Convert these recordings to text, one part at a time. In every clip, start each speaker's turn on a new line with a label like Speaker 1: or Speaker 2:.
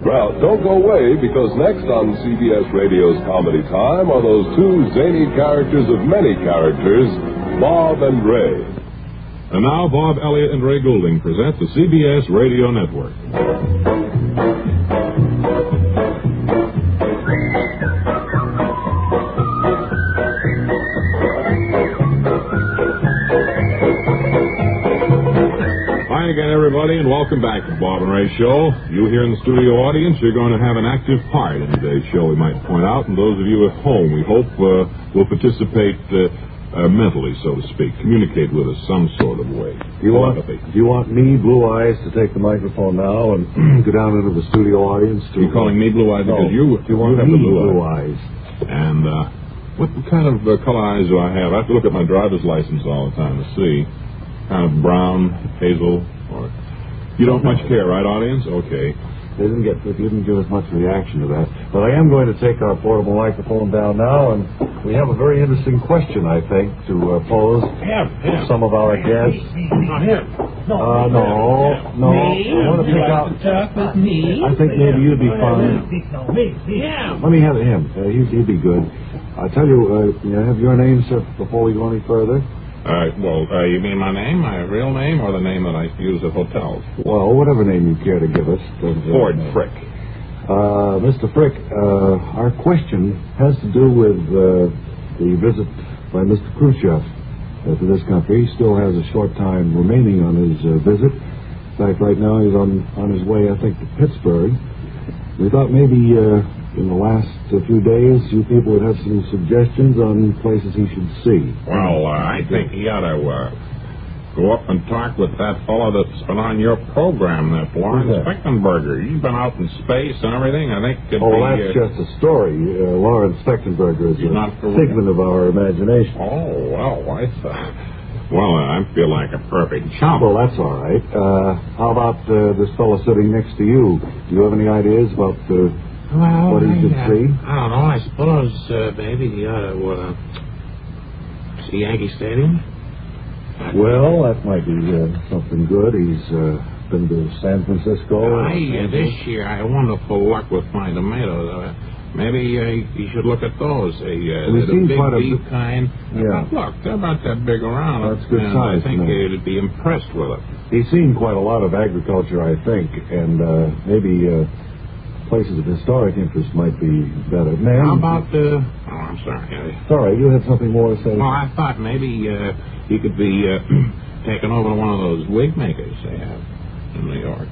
Speaker 1: Well, don't go away because next on CBS Radio's Comedy Time are those two zany characters of many characters, Bob and Ray.
Speaker 2: And now Bob Elliott and Ray Goulding present the CBS Radio Network. Hi again, everybody, and welcome back to the Bob and Ray Show. You here in the studio audience, you're going to have an active part in today's show, we might point out, and those of you at home, we hope uh, will participate uh, uh, mentally, so to speak, communicate with us some sort of way.
Speaker 3: Do you want
Speaker 2: Telepathy.
Speaker 3: do you want me, Blue Eyes, to take the microphone now and go down into the studio audience to
Speaker 2: You're calling me blue eyed
Speaker 3: No,
Speaker 2: because you
Speaker 3: Oh, you want
Speaker 2: you
Speaker 3: them to
Speaker 2: need
Speaker 3: blue,
Speaker 2: blue eyes.
Speaker 3: eyes.
Speaker 2: And uh, what kind of uh, color eyes do I have? I have to look at my driver's license all the time to see. Kind of brown, hazel, or you don't much care, right, audience? Okay.
Speaker 3: They didn't get they didn't give us much reaction to that. But I am going to take our portable microphone down now and we have a very interesting question I think to uh, pose to some of our guests. Uh, no, no. I want to pick out
Speaker 4: talk with me?
Speaker 3: I think maybe you'd be fine.
Speaker 4: Yeah.
Speaker 3: Let me have him. Uh, he'd, he'd be good. I tell you, uh, you have your name, sir, before we go any further.
Speaker 2: Uh, well, uh, you mean my name, my real name, or the name that I use at hotels?
Speaker 3: Well, whatever name you care to give us. doesn't really
Speaker 2: Ford
Speaker 3: matter.
Speaker 2: Frick.
Speaker 3: Uh, Mr. Frick, uh, our question has to do with uh, the visit by Mr. Khrushchev uh, to this country. He still has a short time remaining on his uh, visit. In fact, right now he's on, on his way, I think, to Pittsburgh. We thought maybe uh, in the last uh, few days you people would have some suggestions on places he should see.
Speaker 2: Well, uh, I think he ought to uh, go up and talk with that fellow that's been on your program, that Lawrence
Speaker 3: that?
Speaker 2: Fichtenberger. He's been out in space and everything. I think it'd
Speaker 3: Oh,
Speaker 2: be.
Speaker 3: that's
Speaker 2: uh,
Speaker 3: just a story. Uh, Lawrence Steckenberger is
Speaker 2: You're
Speaker 3: a
Speaker 2: not correct.
Speaker 3: figment of our imagination.
Speaker 2: Oh, well, I thought. Well, I feel like a perfect chump.
Speaker 3: Ah, Well, that's all right. Uh, how about uh, this fellow sitting next to you? Do you have any ideas about uh,
Speaker 5: Well,
Speaker 3: what he should
Speaker 5: I, uh,
Speaker 3: see?
Speaker 5: I don't know. I suppose uh, maybe he ought to uh, see Yankee Stadium.
Speaker 3: Well, that might be uh, something good. He's uh, been to
Speaker 2: Oh,
Speaker 3: San Francisco.
Speaker 5: I uh, this year I had wonderful luck with my tomatoes. Uh, maybe uh, you should look at those. They, uh,
Speaker 3: We've
Speaker 5: they're
Speaker 3: seen
Speaker 5: the big
Speaker 3: quite a
Speaker 5: beef kind.
Speaker 3: Yeah.
Speaker 5: But look, they're about that big around.
Speaker 3: That's good
Speaker 5: and
Speaker 3: size,
Speaker 5: I think
Speaker 3: isn't it?
Speaker 5: you'd be impressed with it.
Speaker 3: He's seen quite a lot of agriculture, I think, and uh, maybe uh, places of historic interest might be better.
Speaker 5: How
Speaker 3: Ma'am?
Speaker 5: about the? Oh, I'm sorry. Uh,
Speaker 3: Sorry, you had something more to say?
Speaker 5: Well, Oh, I thought maybe uh, he could be uh, taken over to one of those wig makers they have in New York.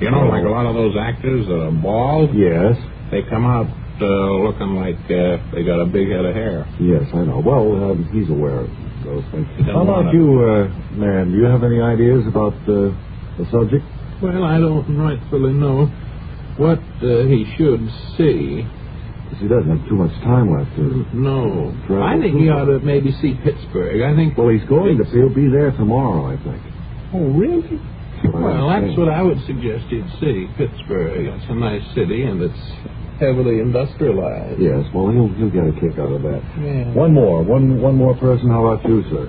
Speaker 5: You know, like a lot of those actors that are bald,
Speaker 3: Yes.
Speaker 5: they come out uh, looking like uh, they got a big head of hair.
Speaker 3: Yes, I know. Well, um, he's aware of those things.
Speaker 5: doesn't
Speaker 3: How about
Speaker 5: wanna-
Speaker 3: you, uh, man? Do you have any ideas about uh, the subject?
Speaker 5: Well, I don't rightfully know what uh, he should see.
Speaker 3: Because he doesn't have too much time left. uh, To...
Speaker 5: No.
Speaker 3: Travel
Speaker 5: I think he ought to maybe see Pittsburgh. I think.
Speaker 3: Well, he's going to he'll be there tomorrow, I think.
Speaker 5: Oh, really?
Speaker 3: That's what I
Speaker 5: Well,
Speaker 3: understand.
Speaker 5: that's what I would suggest you'd see, Pittsburgh. It's a nice city, and it's heavily industrialized.
Speaker 3: Yes. Well, he'll he'll get a kick out of that.
Speaker 5: Yeah.
Speaker 3: One more, one one more person. How about you, sir?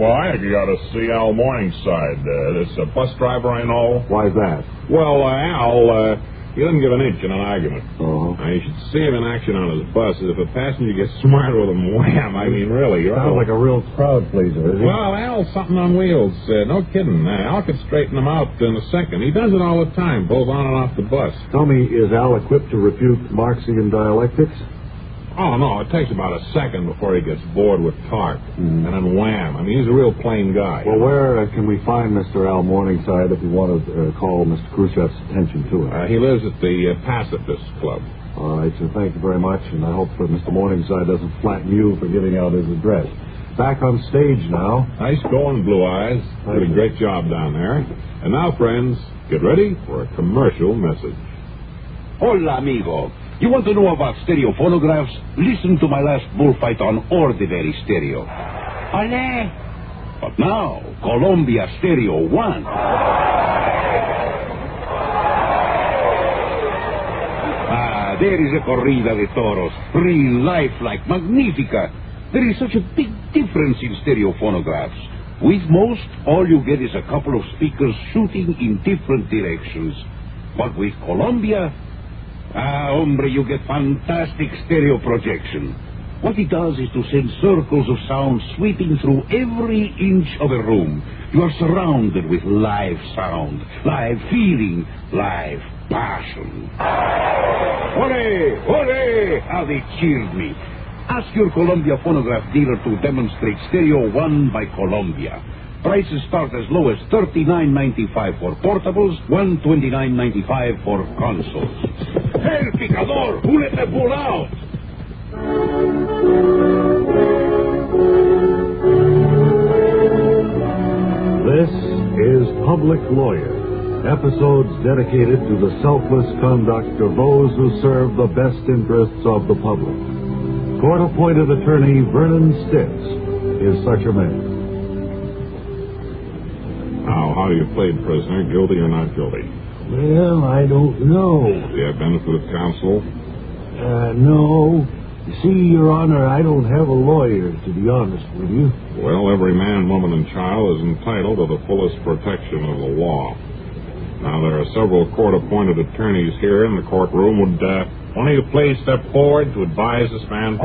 Speaker 2: Well, I think you got to see Al Morningside. Uh, this uh, bus driver I know.
Speaker 3: Why that?
Speaker 2: Well, uh, Al, uh, he doesn't give an inch in an argument.
Speaker 3: Oh,
Speaker 2: Now, you should see him in action on his bus. If a passenger gets smart with him, wham! I mean, really, you're
Speaker 3: sounds like a real crowd pleaser. Is he?
Speaker 2: Well, Al's something on wheels. Uh, no kidding. Uh, Al could straighten him out in a second. He does it all the time, both on and off the bus.
Speaker 3: Tell me, is Al equipped to refute Marxian dialectics?
Speaker 2: Oh, no, it takes about a second before he gets bored with talk. And then wham. I mean, he's a real plain guy.
Speaker 3: Hmm. Well, where uh, can we find Mr. Al Morningside if we want to uh, call Mr. Khrushchev's attention to him?
Speaker 2: Uh, he lives at the uh, Pacifist Club.
Speaker 3: All right, so thank you very much, and I hope that Mr. Morningside doesn't flatten you for giving out his address. Back on stage now.
Speaker 2: Nice going, Blue Eyes.
Speaker 3: Thank
Speaker 2: Did a
Speaker 3: you.
Speaker 2: great job down there. And now, friends, get ready for a commercial message.
Speaker 6: Hola, amigo. You want to know about stereo phonographs? Listen to my last bullfight on ordinary stereo. Ole! But now, Columbia Stereo 1. Ah, there is a corrida de toros. Real life like Magnifica. There is such a big difference in stereo phonographs. With most, all you get is a couple of speakers shooting in different directions. But with Columbia, ah, hombre, you get fantastic stereo projection. What it does is to send circles of sound sweeping through every inch of a room. You are surrounded with live sound, live feeling, live passion. Hooray! Hooray! How they cheered me. Ask your Columbia phonograph dealer to demonstrate Stereo 1 by Columbia. Prices start as low as $39.95 for portables, $129.95 for consoles. El picador! Who let the bull out?
Speaker 3: This is Public Lawyer, episodes dedicated to the selfless conduct of those who serve the best interests of the public. Court appointed attorney Vernon Stitz is such a man.
Speaker 2: Now, how do you play, prisoner? Guilty or not guilty?
Speaker 3: Well, I don't know.
Speaker 2: Do you have benefit of counsel?
Speaker 3: Uh, no. You see, Your Honor, I don't have a lawyer, to be honest with you.
Speaker 2: Well, every man, woman, and child is entitled to the fullest protection of the law. Now, there are several court appointed attorneys here in the courtroom. Would uh, one of you please step forward to advise this man?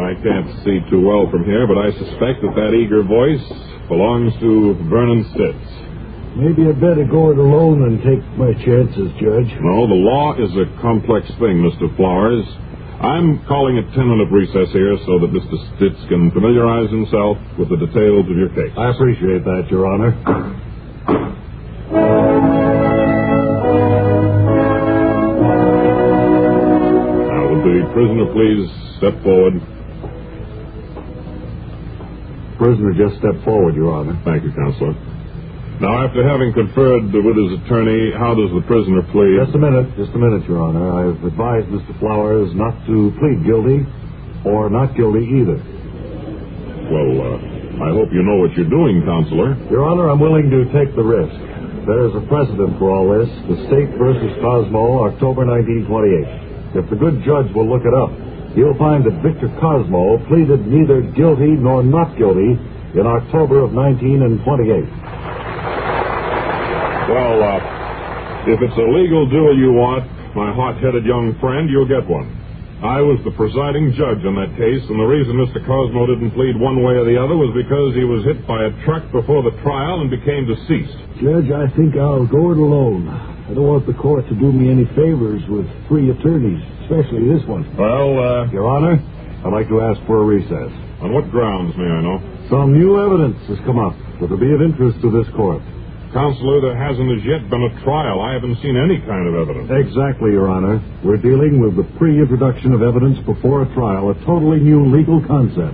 Speaker 2: I can't see too well from here, but I suspect that that eager voice belongs to Vernon Stitz.
Speaker 3: Maybe I'd better go it alone and take my chances, Judge.
Speaker 2: No, the law is a complex thing, Mr. Flowers. I'm calling a ten minute recess here so that Mr. Stitz can familiarize himself with the details of your case.
Speaker 3: I appreciate that, Your Honor.
Speaker 2: Now, would the prisoner please step forward?
Speaker 3: Prisoner just stepped forward, Your Honor.
Speaker 2: Thank you, Counselor. Now, after having conferred with his attorney, how does the prisoner plead?
Speaker 3: Just a minute, just a minute, Your Honor. I've advised Mr. Flowers not to plead guilty or not guilty either.
Speaker 2: Well, uh, I hope you know what you're doing, Counselor.
Speaker 3: Your Honor, I'm willing to take the risk. There is a precedent for all this the State versus Cosmo, October 1928. If the good judge will look it up, he'll find that Victor Cosmo pleaded neither guilty nor not guilty in October of 1928.
Speaker 2: Well, uh, if it's a legal duel you want, my hot-headed young friend, you'll get one. I was the presiding judge on that case, and the reason Mr. Cosmo didn't plead one way or the other was because he was hit by a truck before the trial and became deceased.
Speaker 3: Judge, I think I'll go it alone. I don't want the court to do me any favors with three attorneys, especially this one.
Speaker 2: Well, uh,
Speaker 3: Your Honor, I'd like to ask for a recess.
Speaker 2: on what grounds, may I know?
Speaker 3: Some new evidence has come up that'll be of interest to this court.
Speaker 2: Counselor, there hasn't as yet been a trial. I haven't seen any kind of evidence.
Speaker 3: Exactly, Your Honor. We're dealing with the pre-introduction of evidence before a trial, a totally new legal concept.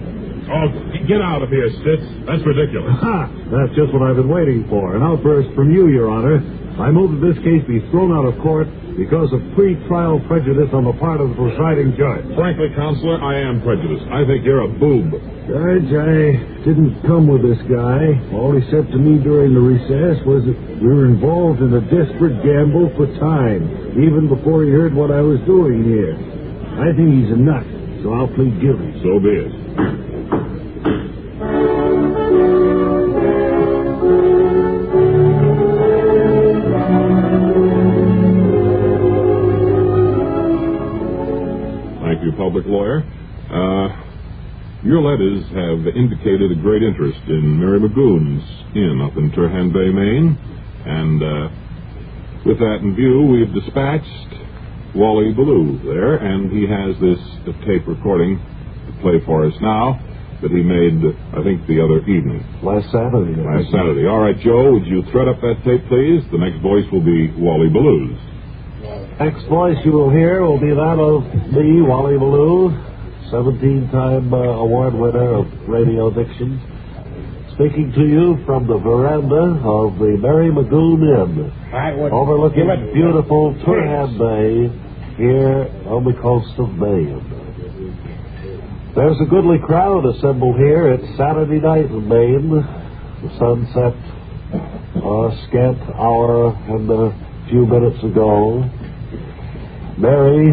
Speaker 2: Oh, get out of here, Stitz. That's ridiculous.
Speaker 3: Ha! That's just what I've been waiting for. An outburst from you, Your Honor. I move that this case be thrown out of court because of pre-trial prejudice on the part of the presiding judge.
Speaker 2: Frankly, Counselor, I am prejudiced. I think you're a boob.
Speaker 3: Judge, I didn't come with this guy. All he said to me during the recess was that we were involved in a desperate gamble for time, even before he heard what I was doing here. I think he's a nut, so I'll plead guilty.
Speaker 2: So be it. Thank you, public lawyer. Uh, your letters have indicated a great interest in Mary Magoon's inn up in Turhan Bay, Maine. And uh, with that in view, we've dispatched Wally Ballou there, and he has this uh, tape recording to play for us now that he made, I think, the other evening,
Speaker 3: Last Saturday.
Speaker 2: last Saturday. All right, Joe, would you thread up that tape, please? The next voice will be Wally Ballou's.
Speaker 3: Next voice you will hear will be that of me, Wally Ballou, 17-time uh, award winner of Radio Diction, speaking to you from the veranda of the Mary Magoon Inn,
Speaker 5: I would
Speaker 3: overlooking
Speaker 5: give it-
Speaker 3: beautiful Turhan Bay here on the coast of Maine. There's a goodly crowd assembled here. It's Saturday night in Maine. The sun set a scant hour and a few minutes ago. Mary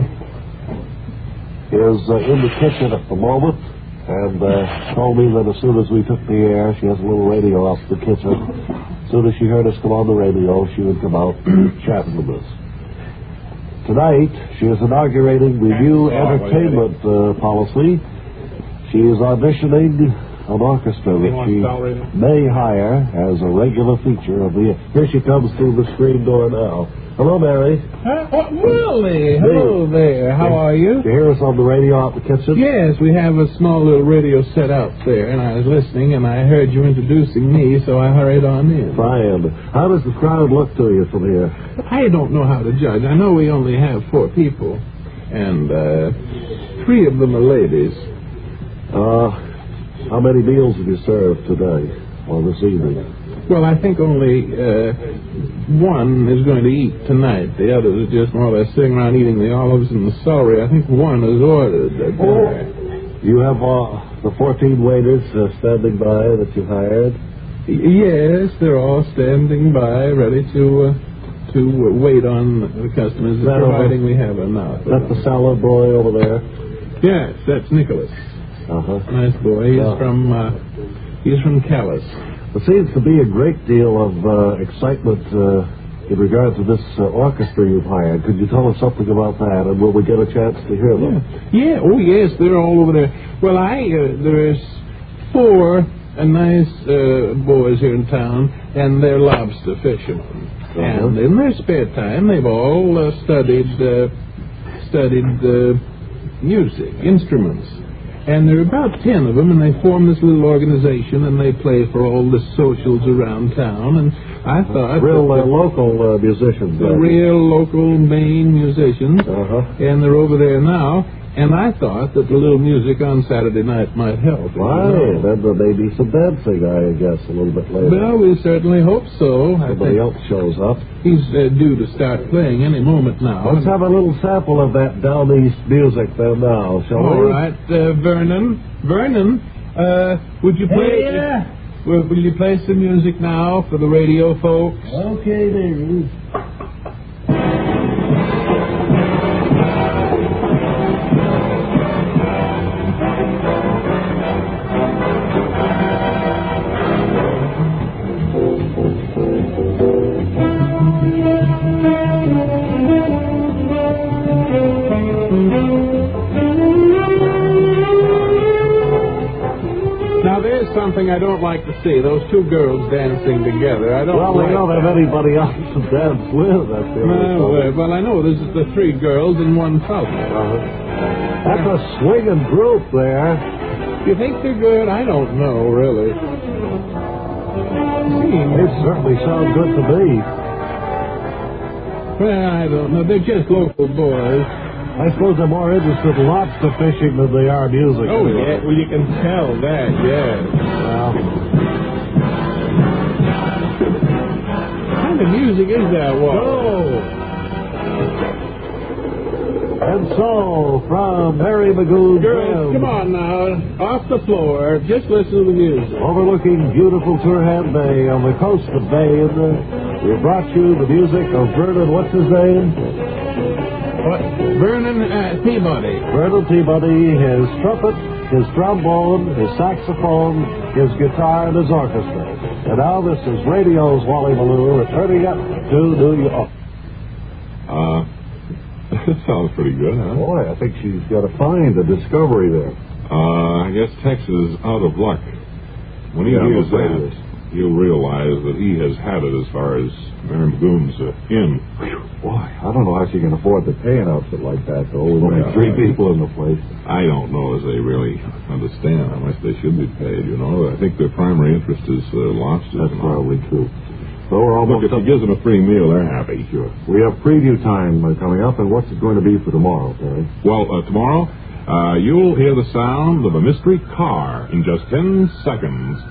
Speaker 3: is uh, in the kitchen at the moment and uh, told me that as soon as we took the air, she has a little radio off the kitchen. soon as she heard us come on the radio, she would come out chatting with us. Tonight, she is inaugurating the new entertainment uh, policy. She is auditioning an orchestra that
Speaker 5: Anyone
Speaker 3: she
Speaker 5: salary?
Speaker 3: may hire as a regular feature of the. Here she comes through the screen door now. Hello, Mary.
Speaker 7: Huh? Oh, Willie, hello there. How are you?
Speaker 3: You hear us on the radio out in the kitchen?
Speaker 7: Yes, we have a small little radio set out there, and I was listening, and I heard you introducing me, so I hurried on in.
Speaker 3: Fine. How does the crowd look to you from here?
Speaker 7: I don't know how to judge. I know we only have four people, and uh, three of them are ladies.
Speaker 3: Uh, how many meals have you served today or this evening?
Speaker 7: Well, I think only uh, one is going to eat tonight. The others are just more or less sitting around eating the olives and the celery. I think one is ordered. a dinner.
Speaker 3: Oh. You have uh, the 14 waiters uh, standing by that you hired.
Speaker 7: Yes, they're all standing by, ready to uh, to uh, wait on the customers,
Speaker 3: That over.
Speaker 7: providing we have enough.
Speaker 3: That's the salad boy over there.
Speaker 7: Yes, that's Nicholas.
Speaker 3: Uh huh.
Speaker 7: Nice boy. He's
Speaker 3: Yeah.
Speaker 7: from uh, he's from Callis.
Speaker 3: There seems to be a great deal of uh, excitement uh, in regard to this uh, orchestra you've hired. Could you tell us something about that, and will we get a chance to hear them?
Speaker 7: Yeah. Oh yes, they're all over there. Well, I uh, there's four uh, nice uh, boys here in town, and they're lobster fishermen.
Speaker 3: Uh-huh.
Speaker 7: And in their spare time, they've all uh, studied uh, studied uh, music instruments. And there are about ten of them, and they form this little organization, and they play for all the socials around town. And I thought
Speaker 3: Real
Speaker 7: that
Speaker 3: uh,
Speaker 7: the-
Speaker 3: local uh, musicians.
Speaker 7: the real local Maine musicians,
Speaker 3: Uh huh.
Speaker 7: and they're over there now. And I thought that the little music on Saturday night might help.
Speaker 3: Why? Then there may be some dancing, I guess, a little bit later.
Speaker 7: Well, we certainly hope so. I
Speaker 3: Somebody else
Speaker 7: think
Speaker 3: shows up.
Speaker 7: he's uh, due to start playing any moment now.
Speaker 3: Let's have a little sample of that down east music there now, shall
Speaker 7: All
Speaker 3: we?
Speaker 7: right, uh, Vernon. Vernon, uh, would you play? uh,
Speaker 4: yeah.
Speaker 7: Will, will you play some music now for the radio folks?
Speaker 4: Okay, baby.
Speaker 7: Now, there's something I don't like to see. Those two girls dancing together. I don't.
Speaker 3: Well, we
Speaker 7: like
Speaker 3: don't
Speaker 7: that.
Speaker 3: have anybody else to dance with. That's the only
Speaker 7: Well,
Speaker 3: problem.
Speaker 7: uh, well, I know this is the three girls and one fellow.
Speaker 3: Uh-huh. That's a swinging group there.
Speaker 7: You think they're good? I don't know, really.
Speaker 3: It certainly sounds good to me.
Speaker 7: Well, I don't know. They're just local boys.
Speaker 3: I suppose they're more interested in lobster fishing than they are music.
Speaker 7: Well, you can tell that, Oh, yeah.
Speaker 3: Well,
Speaker 7: What kind of music is that, Walt?
Speaker 3: and so, from Mary Magoo
Speaker 7: Girls, come on now. Off the floor. Just listen to the music.
Speaker 3: overlooking beautiful Turhan Bay on the coast of Maine, we brought you the music of Vernon, what's his name?
Speaker 7: What? Vernon uh, Peabody.
Speaker 3: Vernon Peabody, his trumpet, his trombone, his saxophone, his guitar, and his orchestra. And now this is radio's Wally Malou returning up to New York.
Speaker 2: Uh, that sounds pretty good, huh?
Speaker 3: Boy, I think she's got to find a discovery there.
Speaker 2: Uh, I guess Tex is out of luck. When he
Speaker 3: Yeah, I'm
Speaker 2: hears
Speaker 3: afraid
Speaker 2: that,
Speaker 3: it is.
Speaker 2: he'll realize that he has had it as far as Mary Magoon's uh, in.
Speaker 3: Boy, I don't know how she can afford to pay an outfit like that, though, with only
Speaker 2: Yeah,
Speaker 3: three
Speaker 2: right.
Speaker 3: people in the place.
Speaker 2: I don't know as they really understand how much they should be paid, you know. I think their primary interest is uh, lobsters.
Speaker 3: That's
Speaker 2: and all.
Speaker 3: probably true. So we're
Speaker 2: Look,
Speaker 3: almost
Speaker 2: if
Speaker 3: up.
Speaker 2: he gives them a free meal, they're happy, sure.
Speaker 3: We have preview time uh, coming up, and what's it going to be for tomorrow, Terry?
Speaker 2: Well, uh, tomorrow, uh, you'll hear the sound of a mystery car in just ten seconds.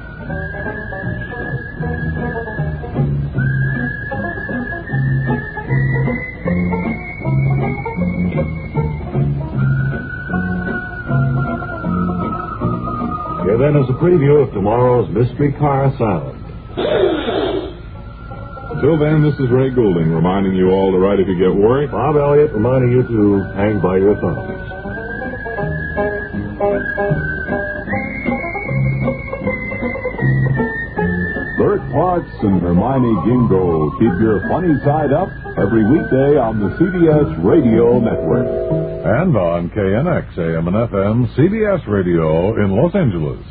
Speaker 3: Here then is a preview of tomorrow's mystery car sound.
Speaker 2: Until then, this is Ray Goulding reminding you all to write if you get worried.
Speaker 3: Bob Elliott reminding you to hang by your thumbs. The
Speaker 2: Bert Parts and Hermione Gingo keep your funny side up every weekday on the CBS Radio Network.
Speaker 8: And on KNX AM and FM, CBS Radio in Los Angeles.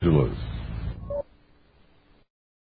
Speaker 8: Angeles.